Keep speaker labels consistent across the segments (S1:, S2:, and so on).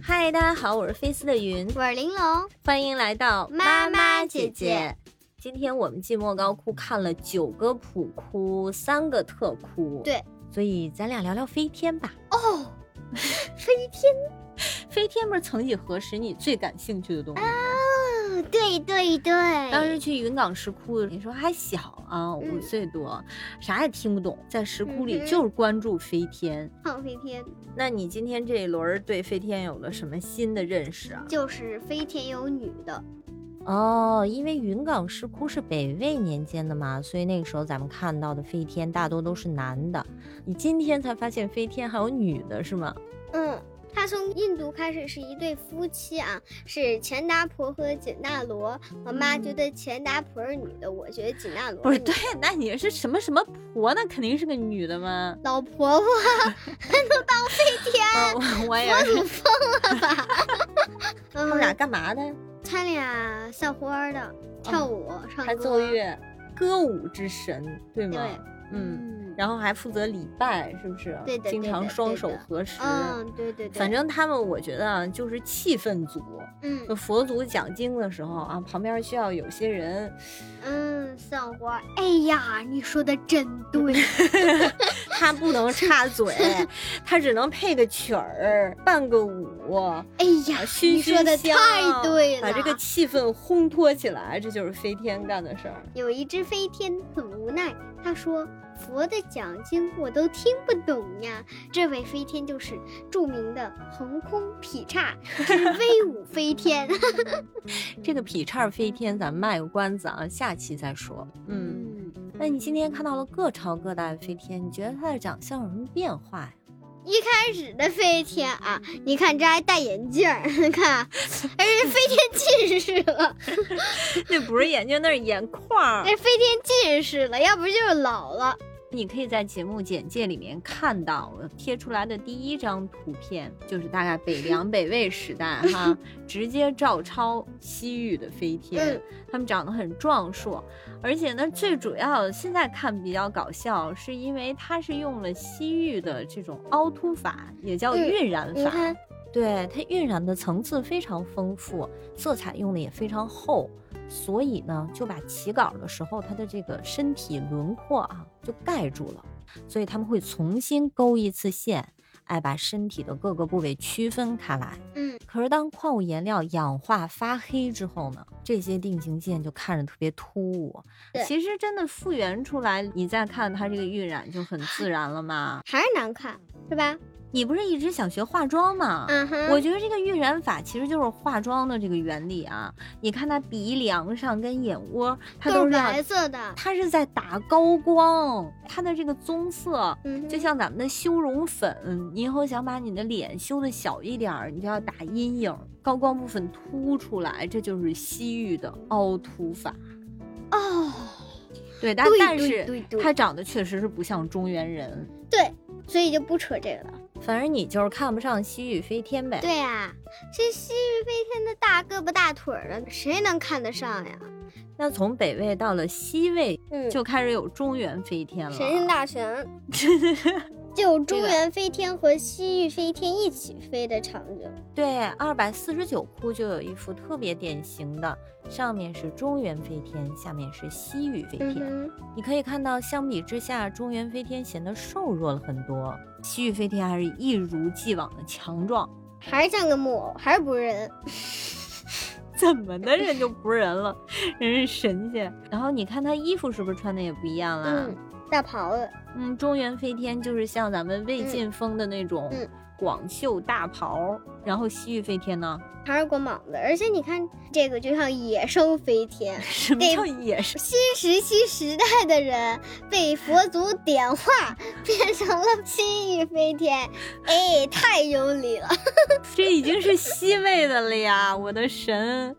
S1: 嗨，大家好，我是菲斯的云，
S2: 我是玲珑，
S1: 欢迎来到
S2: 妈妈姐姐。
S1: 今天我们进莫高窟看了九个普窟，三个特窟，
S2: 对，
S1: 所以咱俩聊聊飞天吧。
S2: 哦，飞天
S1: 飞天不是曾几何时你最感兴趣的东西吗？
S2: 哦，对对对，
S1: 当时去云冈石窟，你说还小啊，五
S2: 嗯
S1: 岁多，啥也听不懂，在石窟
S2: 嗯
S1: 里
S2: 哼
S1: 就是关注飞天。
S2: 看飞天
S1: 那你今天这一轮儿对飞天有了什么新的认识啊？
S2: 就是飞天有女的，
S1: 哦，因为云冈石窟是北魏年间的嘛，所以那个时候咱们看到的飞天大多都是男的。你今天才发现飞天还有女的是吗？
S2: 嗯。他从印度开始是一对夫妻啊，是钱达婆和紧那罗。我妈觉得钱达婆是女的，我觉得紧那罗
S1: 不是，
S2: 女
S1: 对
S2: 的，
S1: 那你是什么什么婆？那肯定是个女的嘛。
S2: 老婆婆
S1: 哦，我我也是。
S2: 他
S1: 他们俩干嗯嘛的？
S2: 他嗯俩校花的，跳舞、唱歌，
S1: 还奏，乐，歌舞之神，对吗？
S2: 嗯对
S1: 嗯，，然后还负责礼拜，是不是？
S2: 对的
S1: 经
S2: 对
S1: 常
S2: 的
S1: 双
S2: 对
S1: 手
S2: 的
S1: 合十。
S2: 嗯，对对对，
S1: 反正他们，我觉得啊，就是气氛组。
S2: 嗯
S1: 就佛祖讲经的时候啊，旁边需要有些人，
S2: 嗯，校花，哎呀，你说的真对，
S1: 他不 能插嘴，他只能配个曲儿，伴个舞，
S2: 哎呀，
S1: 呃熏
S2: 你
S1: 熏
S2: 说的
S1: 香
S2: 太对了，
S1: 把这个气氛烘托起来，这就是飞天干的事儿。
S2: 有一只飞天很无奈，他说：“佛的讲经我都听不懂呀。”这位飞天就是著名的横空劈叉之威武飞天。
S1: 这个劈叉飞天，咱们卖个关子啊，下期再说。 嗯。那你今天看到了各朝各代的飞天，你觉得他的长相有什么变化呀？
S2: 一开始的飞天啊，你看这还戴眼镜儿， 看啊，而是飞天近视了，
S1: 那不是眼睛，那是眼眶
S2: 那。飞天近视了，要不就是老了。
S1: 你可以在节目简介里面看到我贴出来的第一张图片，就是大概北凉北魏时代哈，直接照抄西域的飞天
S2: 嗯，
S1: 他们长得很壮硕，而且呢，最主要现在看比较搞笑，是因为它是用了西域的这种凹凸法，也叫
S2: 嗯
S1: 晕染
S2: 你
S1: 法。
S2: 看，
S1: 对，它晕染的层次非常丰富，色彩用的也非常厚，所以呢，就把起稿的时候它的这个身体轮廓啊就盖住了，所以他们会重新勾一次线，哎，把身体的各个部位区分开来。
S2: 嗯，
S1: 可是当矿物颜料氧化发黑之后呢，这些定型线就看着特别突兀
S2: 对。
S1: 其实真的复原出来，你再看它这个晕染就很自然了嘛。
S2: 还是难看，是吧？
S1: 你不是一直想学化妆吗？
S2: 嗯哼，
S1: 啊我觉得这个晕染法其实就是化妆的这个原理啊。你看它鼻梁上跟眼窝，它
S2: 都
S1: 都
S2: 是
S1: 是
S2: 白
S1: 在
S2: 色的，
S1: 它是在打高光，它的这个棕色。
S2: 嗯哼，
S1: 就像咱们的修容粉，你以后想把你的脸修的小一点儿，你就要打阴影，高光部分凸出来，这就是西域的凹凸法。
S2: 哦。
S1: 对，但
S2: 对
S1: 但
S2: 对
S1: 是
S2: 对对
S1: 它长得确实是不像中原人，
S2: 对，所以就不扯这个了。
S1: 反正你就是看不上西域飞天呗。
S2: 对呀、这昔日飞天的大胳膊大腿儿的，谁能看得上呀？
S1: 那从北魏到了西魏，
S2: 嗯
S1: 就开始有中原飞天了。
S2: 神仙大 全，就中原飞天和西域飞天一起飞的场景。
S1: 对，二百四十九窟就有一幅特别典型的，上面是中原飞天，下面是西域飞
S2: 嗯
S1: 天。
S2: 哼，
S1: 你可以看到，相比之下，中原飞天显得瘦弱了很多，西域飞天还是一如既往的强壮。
S2: 还是像个木偶，还是不是人。
S1: 怎么的，人就不是人了，人是神仙。然后你看他衣服是不是穿的也不一样啦？
S2: 嗯，大袍子。
S1: 嗯，中原飞天就是像咱们魏晋风的那种
S2: 嗯
S1: 广袖大袍，然后西域飞天 呢，。
S2: 还是光膀子，而且你看这个就像野生飞天
S1: 什么
S2: 对
S1: 叫野生？
S2: 新石器时代的人被佛祖点化，变成了西域飞天，哎，太有理了。
S1: 这已经是西魏的了呀！ 我的神，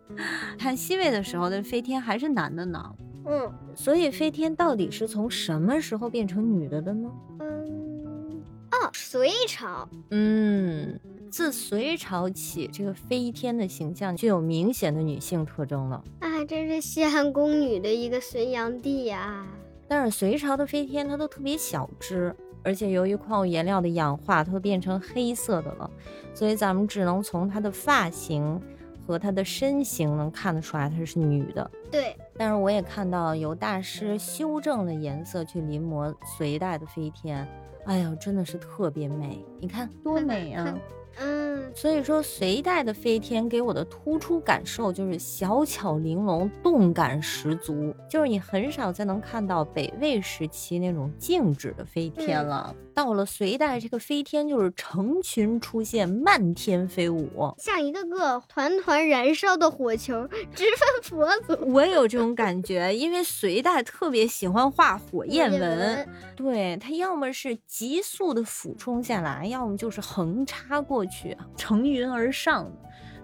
S1: 看西魏的时候的飞天还是男的呢。
S2: 嗯。
S1: 所以飞天到底是从什么时候变成女的的呢？
S2: 嗯，哦，隋朝，
S1: 嗯，自隋朝起，这个飞天的形象具有明显的女性特征了。
S2: 啊，真是西汉宫女的一个隋炀帝呀、
S1: 但是隋朝的飞天它都特别小只，而且由于矿物颜料的氧化，它会变成黑色的了，所以咱们只能从她的发型和她的身形能看得出来她是女的。
S2: 对，
S1: 但是我也看到有大师修正了颜色去临摹隋代的飞天，哎呦，真的是特别美！你看多
S2: 看看
S1: 美啊
S2: 看！嗯，
S1: 所以说，隋代的飞天给我的突出感受就是小巧玲珑，动感十足。就是你很少再能看到北魏时期那种静止的飞天
S2: 嗯
S1: 了。到了隋代，这个飞天就是成群出现，漫天飞舞。
S2: 像一个个团团燃烧的火球，直奔佛祖。
S1: 我也有这种感觉，因为隋代特别喜欢画火 焰
S2: 火焰
S1: 纹
S2: 纹，
S1: 对它要么是急速的俯冲下来，要么就是横插过去，啊乘云而上。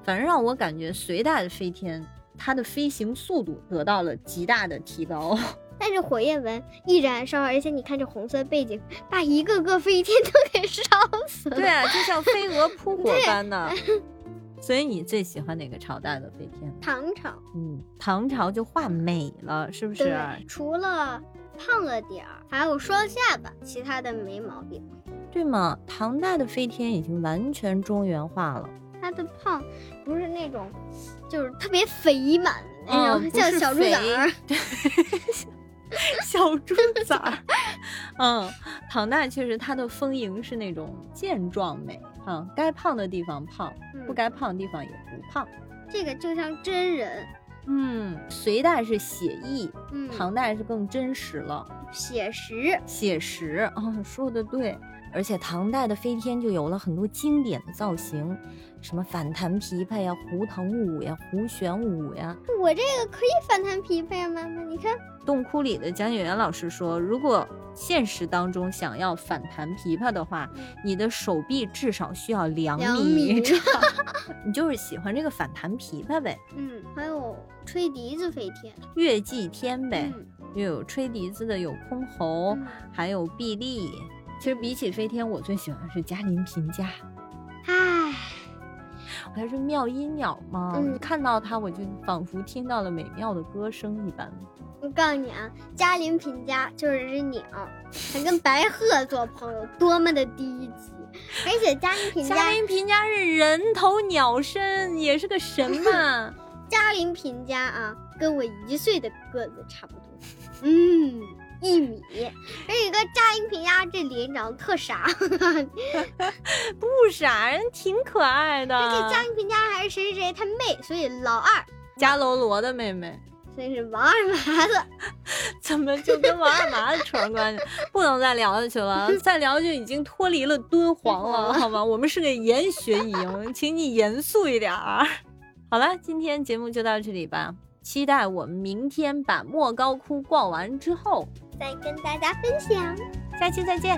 S1: 反正让我感觉隋代的飞天，它的飞行速度得到了极大的提高。
S2: 但是火焰纹一燃烧，而且你看这红色背景，把一个个飞天都给烧死了。
S1: 对，啊，就像飞蛾扑火般 的。所以你最喜欢哪个朝代的飞天？
S2: 唐朝
S1: 嗯，唐朝就画美了，是不是？啊
S2: 对，除了胖了点儿，还有双下巴，其他的没毛病。
S1: 对吗？唐代的飞天已经完全中原化了。
S2: 他的胖不是那种，就是特别肥满的那
S1: 嗯
S2: 种，
S1: 不
S2: 像
S1: 是
S2: 小猪崽
S1: 肥
S2: 儿。
S1: 小猪崽儿。嗯，唐代确实它的丰盈是那种健壮美啊，该胖的地方胖，不
S2: 嗯
S1: 该胖的地方也不胖。
S2: 这个就像真人，
S1: 嗯，隋代是写意，
S2: 嗯，
S1: 唐代是更真实了，
S2: 写实，
S1: 写实啊、说的对。而且唐代的飞天就有了很多经典的造型，什么反弹琵琶呀、胡腾舞呀、胡旋舞呀，
S2: 我这个可以反弹琵琶呀，妈妈，你看，
S1: 洞窟里的讲解员老师说，如果现实当中想要反弹琵琶的话，
S2: 嗯
S1: 你的手臂至少需要两
S2: 两
S1: 米
S2: 米
S1: 长。 你就是喜欢这个反弹琵琶呗，
S2: 嗯，还有吹笛子飞天，
S1: 乐伎天呗，
S2: 嗯
S1: 又有吹笛子的，有箜篌，
S2: 嗯
S1: 还有臂力。其实比起飞天，我最喜欢的是嘉林评价，
S2: 唉，
S1: 它是妙音鸟嘛，
S2: 嗯
S1: 看到它我就仿佛听到了美妙的歌声一般。
S2: 我告诉你啊，嘉林评价就是只鸟，还跟白鹤做朋友，多么的低级！而且嘉林 评
S1: 嘉
S2: 价，
S1: 林评价是人头鸟身，也是个神 嘛。
S2: 嘉林评价啊，跟我一岁的个子差不多，嗯，一米。而且个嘉林评价这脸长得特傻，
S1: 不傻，人挺可爱的。
S2: 而且嘉林评价还是谁谁谁他妹，所以老二，
S1: 伽罗罗的妹妹
S2: 所以是王二麻子。
S1: 怎么就跟王二麻子扯上关系？不能再聊下去了，再聊就已经脱离了敦煌了，好吗？我们是个研学营，请你严肃一点儿。 好了，今天节目就到这里吧。期待我们明天把莫高窟逛完之后，
S2: 再跟大家分享。
S1: 下期再见。